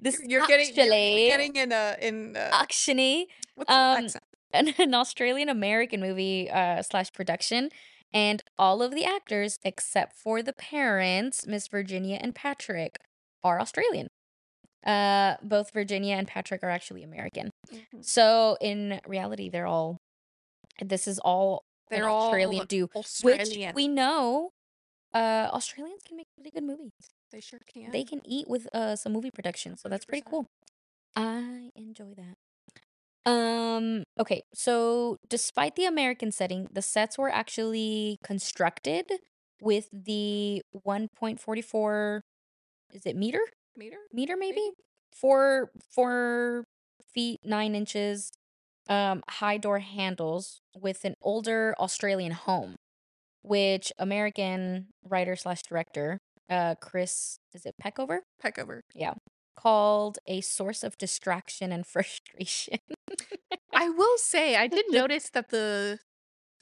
Speaker 3: this
Speaker 2: You're, you're
Speaker 3: is
Speaker 2: getting you're-
Speaker 3: actually-
Speaker 2: you're getting in a in a,
Speaker 3: actually
Speaker 2: what's the
Speaker 3: um,
Speaker 2: accent?
Speaker 3: an, an Australian American movie uh, slash production, and all of the actors except for the parents, Miss Virginia and Patrick, are Australian. Uh, both Virginia and Patrick are actually American.
Speaker 2: Mhm.
Speaker 3: So in reality, they're all. This is all an
Speaker 2: They're all
Speaker 3: Australian do,
Speaker 2: Australian.
Speaker 3: which we know. Uh, Australians can make really good movies.
Speaker 2: they sure can.
Speaker 3: They can eat with uh some movie production, so that's pretty
Speaker 2: 100%.
Speaker 3: cool. I enjoy that. Um okay, so despite the American setting, the sets were actually constructed with the 1.44 is it meter?
Speaker 2: meter.
Speaker 3: Meter maybe?
Speaker 2: Maybe.
Speaker 3: 4 4 feet 9 inches um high door handles with an older Australian home, which American writer slash director uh Chris is it Peckover?
Speaker 2: Peck over.
Speaker 3: called a source of distraction and frustration.
Speaker 2: I will say I did notice that the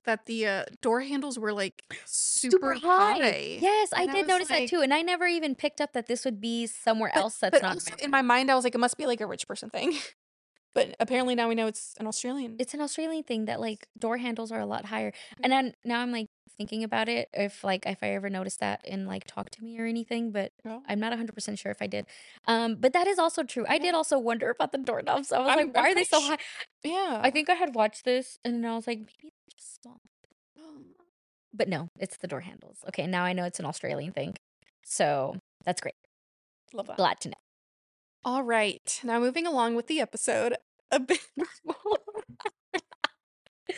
Speaker 2: that the uh, door handles were like super, high.
Speaker 3: Yes, I
Speaker 2: And I
Speaker 3: did
Speaker 2: was
Speaker 3: notice
Speaker 2: like-
Speaker 3: that too. And I never even picked up that this would be somewhere
Speaker 2: But-
Speaker 3: else that's
Speaker 2: but
Speaker 3: not
Speaker 2: also
Speaker 3: American.
Speaker 2: in my mind i was like it must be like a rich person thing but apparently now we know it's an australian
Speaker 3: it's an Australian thing that like door handles are a lot higher.
Speaker 2: Mm-hmm.
Speaker 3: And then now I'm like thinking about it if like if I ever noticed that in like talk to me or anything, but
Speaker 2: No?
Speaker 3: I'm not 100% sure if I did. Um but that is also true. I did also wonder about the doorknobs. I was
Speaker 2: I'm-
Speaker 3: like why
Speaker 2: I'm
Speaker 3: are they
Speaker 2: pretty
Speaker 3: so
Speaker 2: su-
Speaker 3: high?
Speaker 2: yeah
Speaker 3: I think I had watched this and I was like maybe they're just small. But no, it's the door handles. Okay, now I know it's an Australian thing. So that's great.
Speaker 2: love that
Speaker 3: Glad to know.
Speaker 2: all right now moving along with the episode a bit more,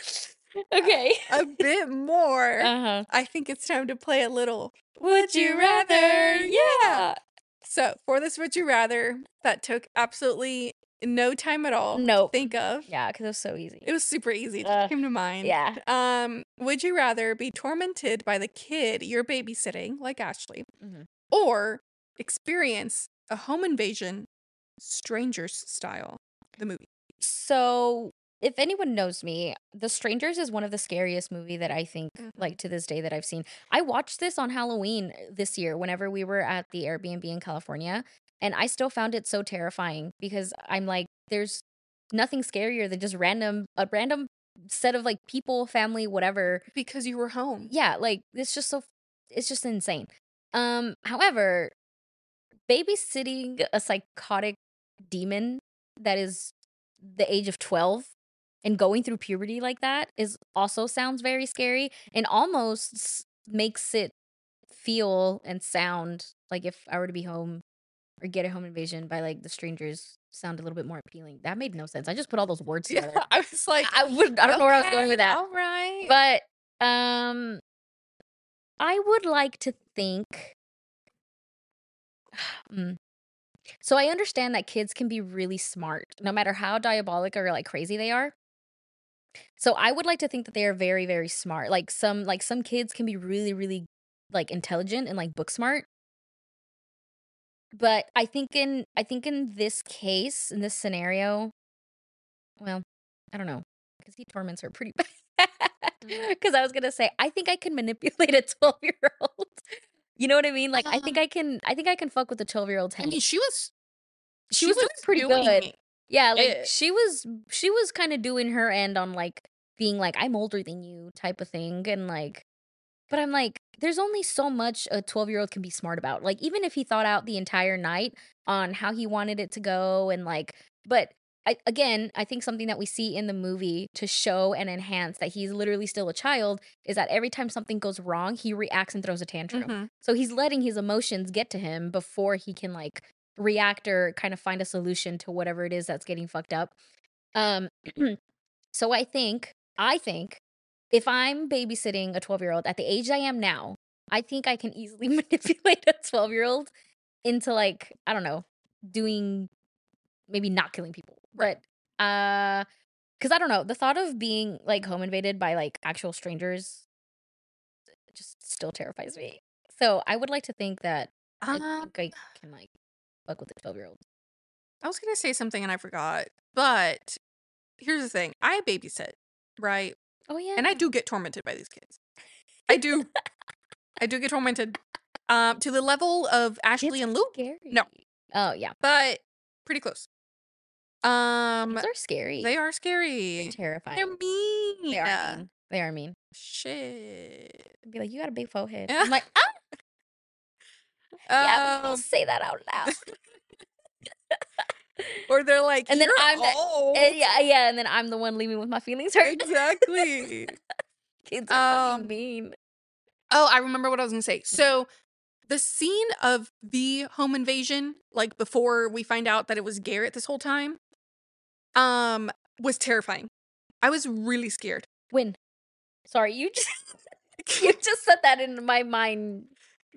Speaker 3: okay.
Speaker 2: a bit more
Speaker 3: Uh-huh.
Speaker 2: i think it's time to play a little
Speaker 3: Would
Speaker 2: you rather? Yeah. so for this would you rather that took absolutely no time at all
Speaker 3: Nope.
Speaker 2: to think of
Speaker 3: Yeah, because it was so easy.
Speaker 2: it was super easy it just
Speaker 3: Ugh,
Speaker 2: came to mind
Speaker 3: yeah.
Speaker 2: um would you rather be tormented by the kid you're babysitting like ashley
Speaker 3: Mhm.
Speaker 2: or experience a home invasion strangers style the movie
Speaker 3: So if anyone knows me, The Strangers is one of the scariest movie that I think
Speaker 2: Mhm.
Speaker 3: like to this day that I've seen. I watched this on Halloween uh, this year whenever we were at the Airbnb in California, and I still found it so terrifying because I'm like there's nothing scarier than just random a random set of like people, family, whatever.
Speaker 2: because you were home.
Speaker 3: Yeah, like it's just so it's just insane. Um however, babysitting a psychotic demon that is the age of 12 and going through puberty like that is also sounds very scary and almost s- makes it feel and sound like if I were to be home or get a home invasion by like the strangers sound a little bit more appealing. That made no sense. I just put all those words
Speaker 2: Yeah,
Speaker 3: together.
Speaker 2: I was like,
Speaker 3: I would I don't know where I was going
Speaker 2: "Okay, oh
Speaker 3: with that
Speaker 2: All right.
Speaker 3: but um i would like to think Mm. so i understand that kids can be really smart no matter how diabolic or like crazy they are so i would like to think that they are very very smart like some like some kids can be really really like intelligent and like book smart but i think in i think in this case in this scenario well i don't know because he torments her pretty bad.
Speaker 2: Mm-hmm.
Speaker 3: Because I was gonna say, I think I can manipulate a twelve year old. You know what I mean? Like, I think I can. I think I can fuck with the twelve year old's
Speaker 2: I
Speaker 3: head.
Speaker 2: mean, she was
Speaker 3: She was doing pretty good.
Speaker 2: it.
Speaker 3: yeah, like
Speaker 2: eh.
Speaker 3: she was. She was kind of doing her end on like being like, I'm older than you type of thing, and like, but I'm like, there's only so much a twelve year old can be smart about. Like, even if he thought out the entire night on how he wanted it to go, and like, but I, again, I think something that we see in the movie to show and enhance that he's literally still a child is that every time something goes wrong, he reacts and throws a tantrum.
Speaker 2: Mhm.
Speaker 3: So he's letting his emotions get to him before he can like react or kind of find a solution to whatever it is that's getting fucked up. Um so I think I think if I'm babysitting a 12-year-old at the age I am now, I think I can easily manipulate a 12-year-old into like, I don't know, doing maybe not killing people. Right. But uh cuz I don't know, the thought of being like home invaded by like actual strangers just still terrifies me. So I would like to think that I
Speaker 2: Um,
Speaker 3: think I can like fuck with the twelve year old.
Speaker 2: I was gonna say something and I forgot. But here's the thing: I babysit, right?
Speaker 3: Oh yeah,
Speaker 2: And I do get tormented by these kids. I do. I do get tormented, um, to the level of Ashley and Luke,
Speaker 3: Scary.
Speaker 2: No.
Speaker 3: Oh yeah,
Speaker 2: but pretty close. Um,
Speaker 3: kids are scary.
Speaker 2: they are
Speaker 3: They're
Speaker 2: scary.
Speaker 3: terrifying.
Speaker 2: They're mean.
Speaker 3: They are mean. They are mean.
Speaker 2: Shit.
Speaker 3: I'd be like, you got a big forehead.
Speaker 2: Yeah.
Speaker 3: I'm like, ah, yeah,
Speaker 2: Um,
Speaker 3: don't say that out loud.
Speaker 2: or they're like,
Speaker 3: And then
Speaker 2: "You're
Speaker 3: I'm the-
Speaker 2: old."
Speaker 3: And yeah, yeah, and then I'm the one leaving with my feelings hurt.
Speaker 2: exactly.
Speaker 3: Kids are fucking
Speaker 2: Um,
Speaker 3: mean.
Speaker 2: Oh, I remember what I was going to say.
Speaker 3: Mm-hmm.
Speaker 2: So, the scene of the home invasion, like before we find out that it was Garrett this whole time, um, was terrifying. I was really scared.
Speaker 3: When? Sorry, you just you just said that in my mind.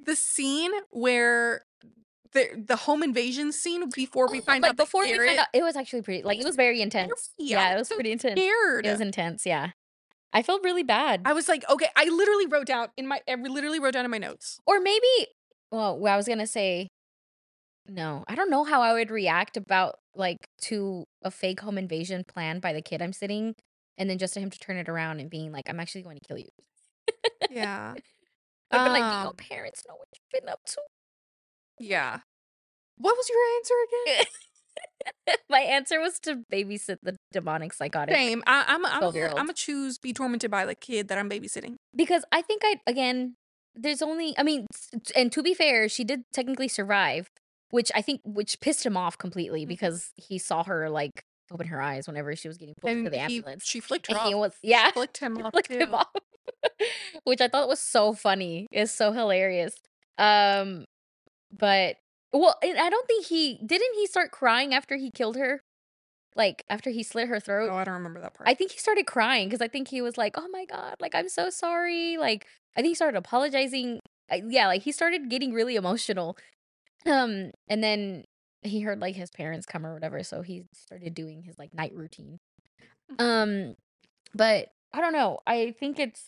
Speaker 2: The scene where the the home invasion scene before we
Speaker 3: Oh,
Speaker 2: find
Speaker 3: like,
Speaker 2: out that
Speaker 3: before we
Speaker 2: Garrett,
Speaker 3: find out, it was actually pretty. Like it was very intense. Yeah,
Speaker 2: I
Speaker 3: it was
Speaker 2: so
Speaker 3: pretty intense.
Speaker 2: scared.
Speaker 3: It was intense. Yeah, I felt really bad.
Speaker 2: I was like, okay, I literally wrote down in my I literally wrote down in my notes.
Speaker 3: or maybe well well, i was gonna say no i don't know how i would react about like to a fake home invasion planned by the kid i'm sitting and then just to him to turn it around and being like i'm actually going to kill you
Speaker 2: Yeah.
Speaker 3: i'd be like do your
Speaker 2: Um,
Speaker 3: parents know what you've been up to
Speaker 2: Yeah. What was your answer again?
Speaker 3: my answer was to babysit the demonic psychotic
Speaker 2: Same. I, I'm. I'm. I'm
Speaker 3: 12-year-old.
Speaker 2: gonna choose be tormented by the kid that I'm babysitting.
Speaker 3: because i think i again there's only i mean s- t- and to be fair she did technically survive which i think which pissed him off completely
Speaker 2: Mhm.
Speaker 3: because he saw her like open her eyes whenever she was getting pulled to the
Speaker 2: he-
Speaker 3: ambulance
Speaker 2: she flicked her
Speaker 3: and he
Speaker 2: off.
Speaker 3: was yeah
Speaker 2: Flicked him off.
Speaker 3: looked him
Speaker 2: too.
Speaker 3: up which i thought was so funny it's so hilarious um but well and i don't think he didn't he start crying after he killed her like after he slit her throat
Speaker 2: Oh, I don't remember that part.
Speaker 3: i think he started crying because i think he was like oh my god like i'm so sorry like i think he started apologizing I, yeah like he started getting really emotional um and then he heard like his parents come or whatever so he started doing his like night routine um but i don't know i think it's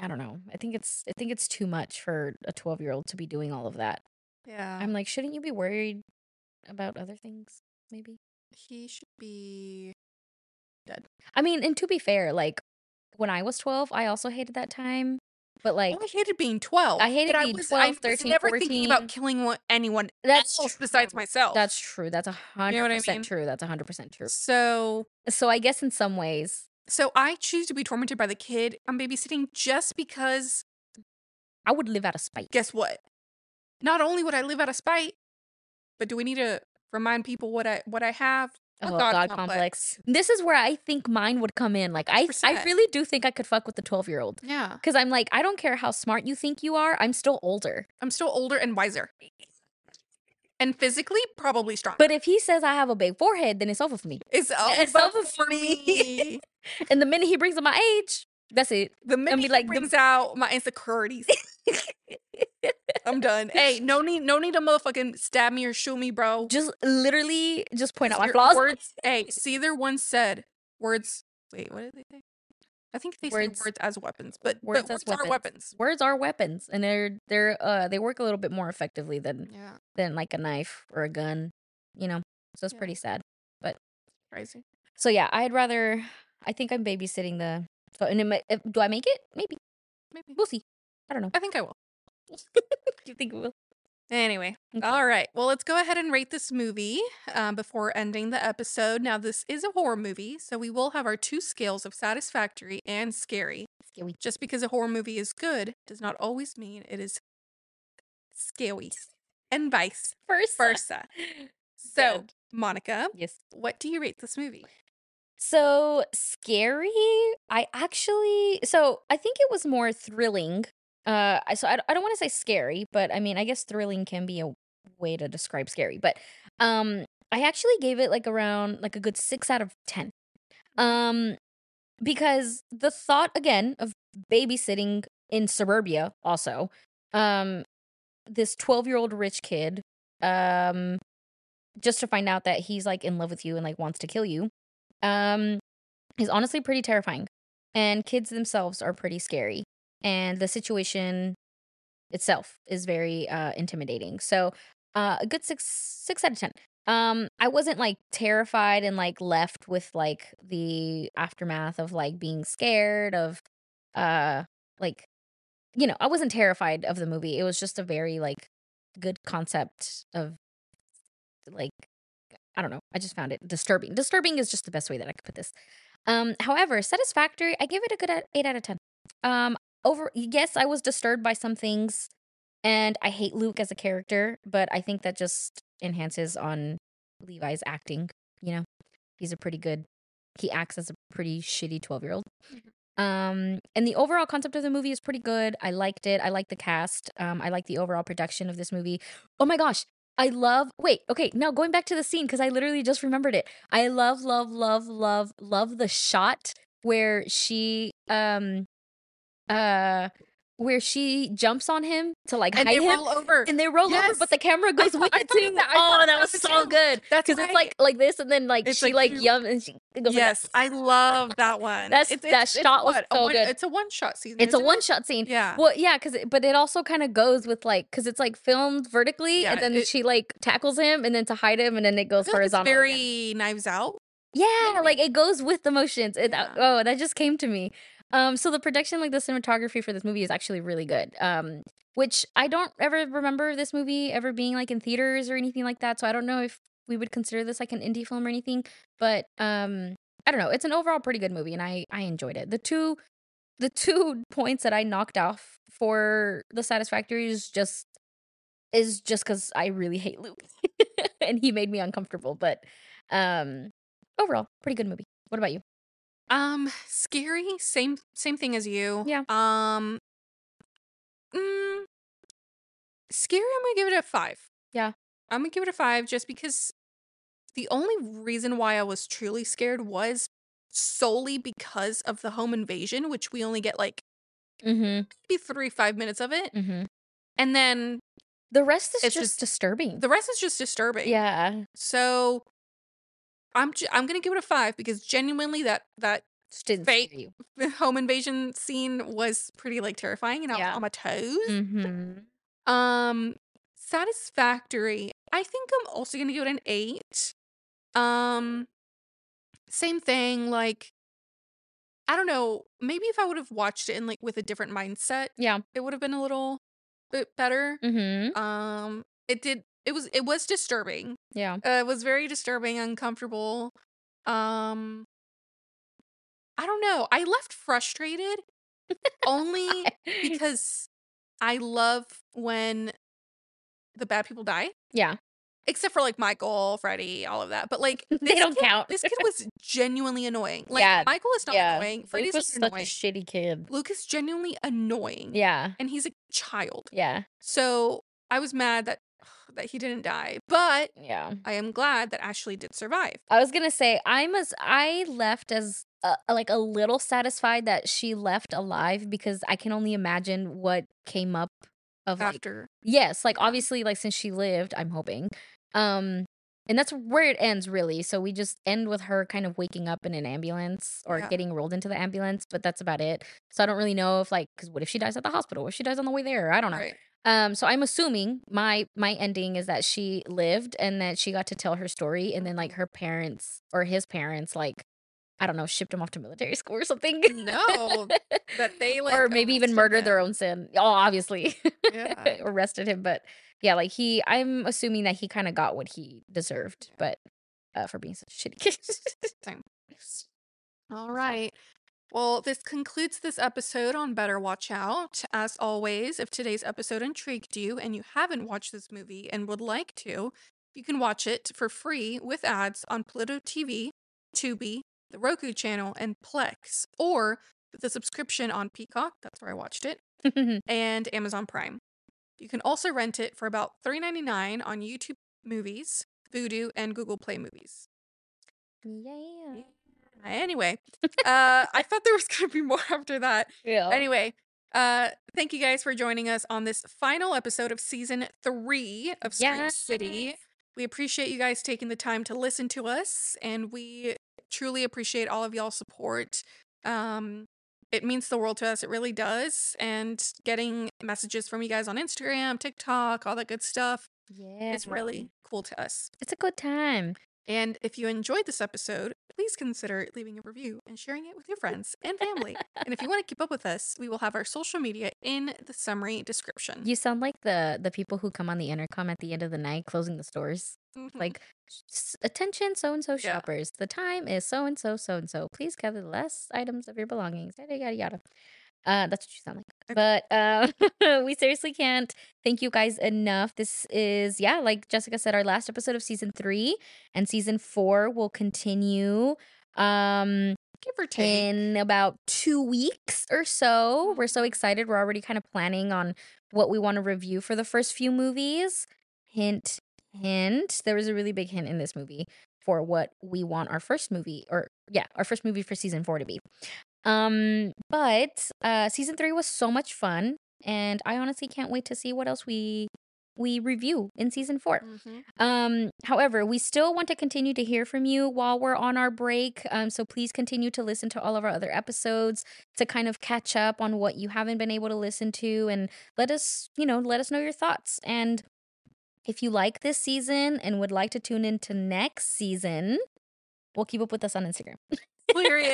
Speaker 3: i don't know i think it's i think it's too much for a 12 year old to be doing all of that
Speaker 2: yeah.
Speaker 3: i'm like shouldn't you be worried about other things maybe
Speaker 2: he should be.
Speaker 3: i mean and to be fair like when i was 12 i also hated that time But like,
Speaker 2: I hated being 12.
Speaker 3: I hated
Speaker 2: but
Speaker 3: being
Speaker 2: was,
Speaker 3: 12,
Speaker 2: I
Speaker 3: 13,
Speaker 2: was never thinking about
Speaker 3: 14.
Speaker 2: killing one, anyone
Speaker 3: That's
Speaker 2: else
Speaker 3: true.
Speaker 2: besides myself.
Speaker 3: that's true. That's a hundred
Speaker 2: what I mean?
Speaker 3: percent true. That's a hundred percent true.
Speaker 2: so
Speaker 3: So I guess in some ways,
Speaker 2: so I choose to be tormented by the kid I'm babysitting just because
Speaker 3: I would live out of spite.
Speaker 2: guess what? Not only would I live out of spite, but do we need to remind people what I what I have? A
Speaker 3: Oh, God, complex. This is where I think mine would come in. Like I, I
Speaker 2: 100%.
Speaker 3: really do think I could fuck with the twelve year old
Speaker 2: Yeah.
Speaker 3: because I'm like, I don't care how smart you think you are. I'm still older.
Speaker 2: I'm still older and wiser. And physically probably stronger.
Speaker 3: But if he says I have a big forehead, then it's over for me.
Speaker 2: Oh, it's all
Speaker 3: it's
Speaker 2: about
Speaker 3: over for me.
Speaker 2: me.
Speaker 3: And the minute he brings up my age, that's it.
Speaker 2: The minute
Speaker 3: be
Speaker 2: he
Speaker 3: like, the-
Speaker 2: brings out my insecurities, I'm done. Hey, no need, no need to motherfucking stab me or shoot me, bro.
Speaker 3: Just literally, just point out my
Speaker 2: Your
Speaker 3: flaws.
Speaker 2: Words. Hey, Caesar once said, "Words." Wait, what did they say? I think they
Speaker 3: Words-
Speaker 2: said words as weapons, but but
Speaker 3: words as
Speaker 2: are weapons.
Speaker 3: Words are weapons, and they're they're uh they work a little bit more effectively than
Speaker 2: Yeah,
Speaker 3: than like a knife or a gun, you know. So it's
Speaker 2: Yeah.
Speaker 3: pretty sad.
Speaker 2: crazy.
Speaker 3: So yeah, I'd rather. I think I'm babysitting the. So and it might- if, do I make it? Maybe
Speaker 2: Maybe
Speaker 3: we'll see. I don't know.
Speaker 2: I think I will.
Speaker 3: you think we will?
Speaker 2: Anyway,
Speaker 3: Okay.
Speaker 2: all right. Well, let's go ahead and rate this movie um, before ending the episode. Now, this is a horror movie, so we will have our two scales of satisfactory and scary.
Speaker 3: Scary.
Speaker 2: Just because a horror movie is good does not always mean it is scary and vice
Speaker 3: First,
Speaker 2: versa. So, Monica,
Speaker 3: yes.
Speaker 2: what do you rate this movie?
Speaker 3: So scary. I actually. So I think it was more thrilling. Uh, I- so I, I don't want to say scary, but I mean, I guess thrilling can be a way to describe scary. But um, I actually gave it like around like a good six out of ten. Um, because the thought again of babysitting in suburbia, also, um, this twelve-year-old rich kid, um, just to find out that he's like in love with you and like wants to kill you um is honestly pretty terrifying and kids themselves are pretty scary and the situation itself is very uh intimidating so uh a good six six out of ten um i wasn't like terrified and like left with like the aftermath of like being scared of uh like you know i wasn't terrified of the movie it was just a very like good concept of like I don't know. I just found it disturbing. Disturbing is just the best way that I could put this. Um, however, satisfactory. I give it a good at- eight out of ten. Um, over. Yes, I was disturbed by some things, and I hate Luke as a character, but I think that just enhances on Levi's acting. You know, he's a pretty good. He acts as a pretty shitty twelve-year-old.
Speaker 2: Mm-hmm.
Speaker 3: Um, and the overall concept of the movie is pretty good. I liked it. I like the cast. Um, I like the overall production of this movie. Oh my gosh, I love wait, okay, now going back to the scene because I literally just remembered it. I love, love, love, love, love the shot where she um uh where she jumps on him to like
Speaker 2: And
Speaker 3: hide
Speaker 2: they
Speaker 3: him
Speaker 2: roll over.
Speaker 3: and they roll over,
Speaker 2: Yes.
Speaker 3: but the camera goes
Speaker 2: thought-
Speaker 3: with
Speaker 2: I
Speaker 3: it
Speaker 2: thought
Speaker 3: too.
Speaker 2: of that. I
Speaker 3: Oh,
Speaker 2: thought
Speaker 3: that
Speaker 2: of
Speaker 3: was
Speaker 2: that
Speaker 3: so
Speaker 2: too.
Speaker 3: good.
Speaker 2: That's
Speaker 3: Because it's like like this and then like
Speaker 2: It's
Speaker 3: she
Speaker 2: like
Speaker 3: like
Speaker 2: you-
Speaker 3: yum and she it goes like that.
Speaker 2: yes, I love that one.
Speaker 3: That's- that shot was
Speaker 2: what, a
Speaker 3: so
Speaker 2: one-
Speaker 3: good.
Speaker 2: It's a one shot season.
Speaker 3: It's a
Speaker 2: isn't it?
Speaker 3: one shot scene.
Speaker 2: Yeah.
Speaker 3: Well, yeah, because but it also kind of goes with like because it's like filmed vertically,
Speaker 2: Yeah,
Speaker 3: and then
Speaker 2: it-
Speaker 3: she like tackles him, and then to hide him, and then it
Speaker 2: I
Speaker 3: goes
Speaker 2: feel like it's
Speaker 3: horizontal. again.
Speaker 2: very knives out.
Speaker 3: yeah, like it goes with the motions. It,
Speaker 2: Yeah.
Speaker 3: Oh, that just came to me. Um, so the production, like the cinematography for this movie, is actually really good. Um, which I don't ever remember this movie ever being like in theaters or anything like that. So I don't know if we would consider this like an indie film or anything. But um, I don't know. It's an overall pretty good movie, and I I enjoyed it. The two the two points that I knocked off for the satisfactory is just is just because I really hate Luke and he made me uncomfortable. But um overall, pretty good movie. What about you?
Speaker 2: Um, scary. Same same thing as you.
Speaker 3: Yeah.
Speaker 2: Um. mm, scary. I'm gonna give it a five.
Speaker 3: Yeah.
Speaker 2: I'm gonna give it a five just because the only reason why I was truly scared was solely because of the home invasion, which we only get like
Speaker 3: Mm-hmm.
Speaker 2: maybe three five minutes of it,
Speaker 3: Mm-hmm.
Speaker 2: and then
Speaker 3: The rest is
Speaker 2: It's
Speaker 3: just,
Speaker 2: just-
Speaker 3: disturbing.
Speaker 2: the rest is just disturbing.
Speaker 3: yeah.
Speaker 2: So. I'm ju- I'm gonna give it a five because genuinely that that
Speaker 3: Just didn't
Speaker 2: Fake.
Speaker 3: scare you.
Speaker 2: the home invasion scene was pretty like terrifying and I
Speaker 3: Yeah.
Speaker 2: was on my toes.
Speaker 3: Mm-hmm.
Speaker 2: Um satisfactory. I think I'm also gonna give it an eight. Um same thing, like I don't know. Maybe if I would have watched it in like with a different mindset,
Speaker 3: Yeah.
Speaker 2: it would have been a little bit better.
Speaker 3: Mm-hmm.
Speaker 2: Um, it did. It was it was disturbing.
Speaker 3: Yeah.
Speaker 2: Uh, it was very disturbing, uncomfortable. Um, I don't know. I left frustrated only because I love when the bad people die,
Speaker 3: yeah.
Speaker 2: except for like Michael, Freddie, all of that. But like
Speaker 3: They
Speaker 2: this
Speaker 3: don't
Speaker 2: kid-
Speaker 3: count.
Speaker 2: This kid was genuinely annoying. Like
Speaker 3: Yeah,
Speaker 2: Michael is not
Speaker 3: yeah.
Speaker 2: annoying.
Speaker 3: Luke
Speaker 2: Freddie's
Speaker 3: was
Speaker 2: not
Speaker 3: such a
Speaker 2: annoying.
Speaker 3: shitty kid.
Speaker 2: Luke is genuinely annoying.
Speaker 3: Yeah.
Speaker 2: and he's a child.
Speaker 3: Yeah.
Speaker 2: So I was mad that that he didn't die, but
Speaker 3: Yeah.
Speaker 2: I am glad that Ashley did survive.
Speaker 3: I was gonna say I'm as I left as uh, like a little satisfied that she left alive because I can only imagine what came up of like,
Speaker 2: after
Speaker 3: yes, like obviously like since she lived, I'm hoping, um, and that's where it ends really. So we just end with her kind of waking up in an ambulance or
Speaker 2: Yeah.
Speaker 3: getting rolled into the ambulance, but that's about it. So I don't really know if like because what if she dies at the hospital? What if she dies on the way there? I don't know.
Speaker 2: right.
Speaker 3: Um, so I'm assuming my my ending is that she lived and that she got to tell her story, and then like her parents or his parents, like I don't know, shipped him off to military school or something.
Speaker 2: No, that they, like,
Speaker 3: or maybe even
Speaker 2: arrested
Speaker 3: murdered their
Speaker 2: him.
Speaker 3: own sin. Oh, obviously,
Speaker 2: Yeah.
Speaker 3: uh, arrested him. But yeah, like he, I'm assuming that he kind of got what he deserved, but uh, for being such a shitty kid.
Speaker 2: Same. All right. Well, this concludes this episode on Better Watch Out. As always, if today's episode intrigued you and you haven't watched this movie and would like to, you can watch it for free with ads on Pluto TV, Tubi, the Roku channel, and Plex, or with a subscription on Peacock, that's where I watched it, and Amazon Prime. You can also rent it for about $3.99 on YouTube Movies, Vudu, and Google Play Movies.
Speaker 3: yeah.
Speaker 2: Anyway, uh, I thought there was going to be more after that.
Speaker 3: Yeah.
Speaker 2: Anyway, uh, thank you guys for joining us on this final episode of season three of Scream City.
Speaker 3: Yes.
Speaker 2: We appreciate you guys taking the time to listen to us, and we truly appreciate all of y'all's support. Um, it means the world to us. It really does. And getting messages from you guys on Instagram, TikTok, all that good stuff
Speaker 3: yeah.
Speaker 2: is really cool to us.
Speaker 3: It's a good time.
Speaker 2: And if you enjoyed this episode, please consider leaving a review and sharing it with your friends and family. and if you want to keep up with us, we will have our social media in the summary description.
Speaker 3: You sound like the the people who come on the intercom at the end of the night closing the stores.
Speaker 2: Mhm.
Speaker 3: Like, "S- attention, so and so
Speaker 2: Yeah.
Speaker 3: shoppers. The time is so and so, so and so. Please gather the last items of your belongings. Yada yada yada. Uh, that's what you sound like. But uh, we seriously can't thank you guys enough. This is yeah, like Jessica said, our last episode of season three, and season four will continue. Um,
Speaker 2: give or take.
Speaker 3: in about two weeks or so. We're so excited. We're already kind of planning on what we want to review for the first few movies. Hint, hint. There was a really big hint in this movie for what we want our first movie or yeah, our first movie for season four to be. Um, but uh season three was so much fun, and I honestly can't wait to see what else we we review in season four.
Speaker 2: Mhm.
Speaker 3: Um, however, we still want to continue to hear from you while we're on our break. Um, so please continue to listen to all of our other episodes to kind of catch up on what you haven't been able to listen to and let us, you know, let us know your thoughts. And if you like this season and would like to tune in to next season, we'll keep up with us on Instagram
Speaker 2: Period.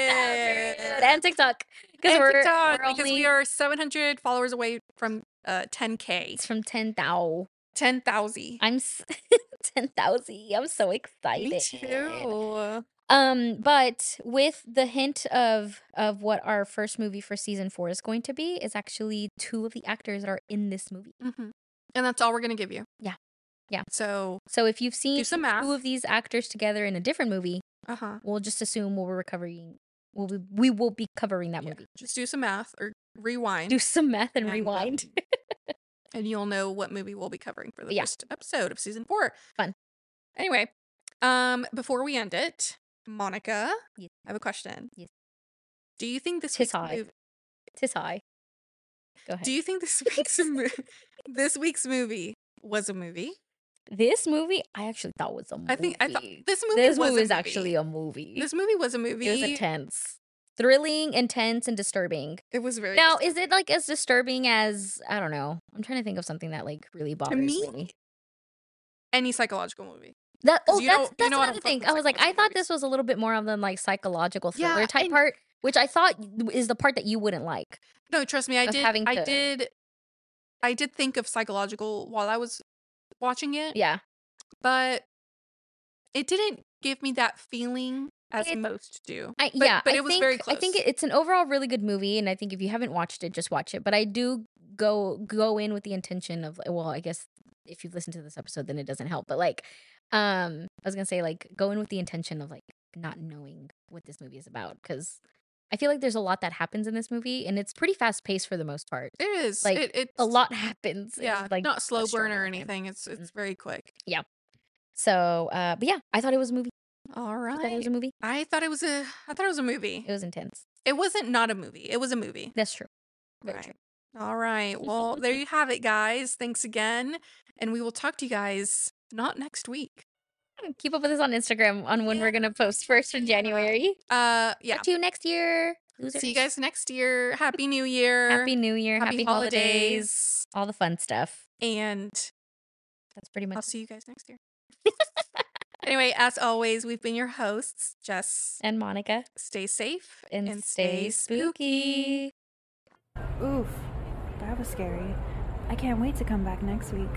Speaker 3: and TikTok because
Speaker 2: And
Speaker 3: we're,
Speaker 2: TikTok,
Speaker 3: we're only
Speaker 2: because we are 700 followers away from uh, 10K.
Speaker 3: it's from ten thou.
Speaker 2: 10,000.
Speaker 3: I'm s- ten thousand. I'm so excited.
Speaker 2: Me too.
Speaker 3: Um, but with the hint of of what our first movie for season four is going to be is actually two of the actors that are in this movie.
Speaker 2: Mhm. And that's all we're going to give you.
Speaker 3: Yeah. Yeah.
Speaker 2: So
Speaker 3: So if you've seen
Speaker 2: do some math.
Speaker 3: two of these actors together in a different movie,
Speaker 2: uh huh.
Speaker 3: we'll just assume we'll be recovering. We'll be, we will be covering that movie.
Speaker 2: Just do some math or rewind.
Speaker 3: Do some math and
Speaker 2: And, um,
Speaker 3: rewind.
Speaker 2: and you'll know what movie we'll be covering for the
Speaker 3: Yeah.
Speaker 2: first episode of season four.
Speaker 3: Fun.
Speaker 2: Anyway, um, before we end it, Monica,
Speaker 3: Yes.
Speaker 2: I have a question.
Speaker 3: Yes.
Speaker 2: Do you think this
Speaker 3: Tis
Speaker 2: week's
Speaker 3: I.
Speaker 2: movie,
Speaker 3: Tis high. Go ahead.
Speaker 2: do you think this week's movie this week's movie was a movie?
Speaker 3: this movie, I actually thought was a movie.
Speaker 2: I think I thought this movie
Speaker 3: this
Speaker 2: was
Speaker 3: movie
Speaker 2: a
Speaker 3: is actually
Speaker 2: movie.
Speaker 3: a movie.
Speaker 2: this movie was a movie.
Speaker 3: It was intense, thrilling, intense, and disturbing.
Speaker 2: It was very
Speaker 3: Now, is it like as disturbing as I don't know? I'm trying to think of something that like really bothers
Speaker 2: me,
Speaker 3: me.
Speaker 2: any psychological movie.
Speaker 3: That
Speaker 2: 'Cause
Speaker 3: oh,
Speaker 2: you know-
Speaker 3: that's
Speaker 2: you
Speaker 3: that's
Speaker 2: know I don't
Speaker 3: another
Speaker 2: fuck
Speaker 3: thing.
Speaker 2: with
Speaker 3: I was like, I
Speaker 2: psychological
Speaker 3: thought
Speaker 2: movies.
Speaker 3: this was a little bit more of the like psychological
Speaker 2: Yeah,
Speaker 3: thriller type
Speaker 2: and-
Speaker 3: part, which I thought y- is the part that you wouldn't like.
Speaker 2: No, trust me, I
Speaker 3: Of
Speaker 2: did.
Speaker 3: having
Speaker 2: I
Speaker 3: to-
Speaker 2: did. I did think of psychological while I was watching it,
Speaker 3: Yeah.
Speaker 2: but it didn't give me that feeling as
Speaker 3: It-
Speaker 2: most do.
Speaker 3: I,
Speaker 2: But-
Speaker 3: yeah,
Speaker 2: but
Speaker 3: I
Speaker 2: it was
Speaker 3: think,
Speaker 2: very
Speaker 3: I think
Speaker 2: close.
Speaker 3: it- it's an overall really good movie, and I think if you haven't watched it, just watch it. But I do go go in with the intention of well, I guess if you've listened to this episode, then it doesn't help. But like, um, I was gonna say like go in with the intention of like not knowing what this movie is about because I feel like there's a lot that happens in this movie, and it's pretty fast paced for the most part.
Speaker 2: It is.
Speaker 3: like,
Speaker 2: it, it's
Speaker 3: A lot happens. in,
Speaker 2: Yeah,
Speaker 3: like
Speaker 2: not slow
Speaker 3: a Mm. short
Speaker 2: burn or
Speaker 3: amount of time.
Speaker 2: anything. It's it's very quick.
Speaker 3: So, uh, but yeah, I thought it was a movie.
Speaker 2: All
Speaker 3: I thought it
Speaker 2: right.
Speaker 3: was a movie.
Speaker 2: I thought it was a. I thought it was a movie.
Speaker 3: It was intense.
Speaker 2: It wasn't not a movie. It was a movie.
Speaker 3: That's true. Very
Speaker 2: Right. All right. Well, there you have it, guys. Thanks again, and we will talk to you guys not next week.
Speaker 3: true. Keep up with us on Instagram on when we're gonna post first in January.
Speaker 2: Uh, yeah.
Speaker 3: Part two next year.
Speaker 2: See you
Speaker 3: Losers.
Speaker 2: guys next year. Happy New Year.
Speaker 3: Happy New Year. Happy, holidays. All the fun stuff.
Speaker 2: And
Speaker 3: That's pretty much.
Speaker 2: I'll see you guys next year. anyway, as always, we've been your hosts. Just
Speaker 3: And Monica.
Speaker 2: stay safe
Speaker 3: And, stay spooky.
Speaker 1: Oof, that was scary. I can't wait to come back next week.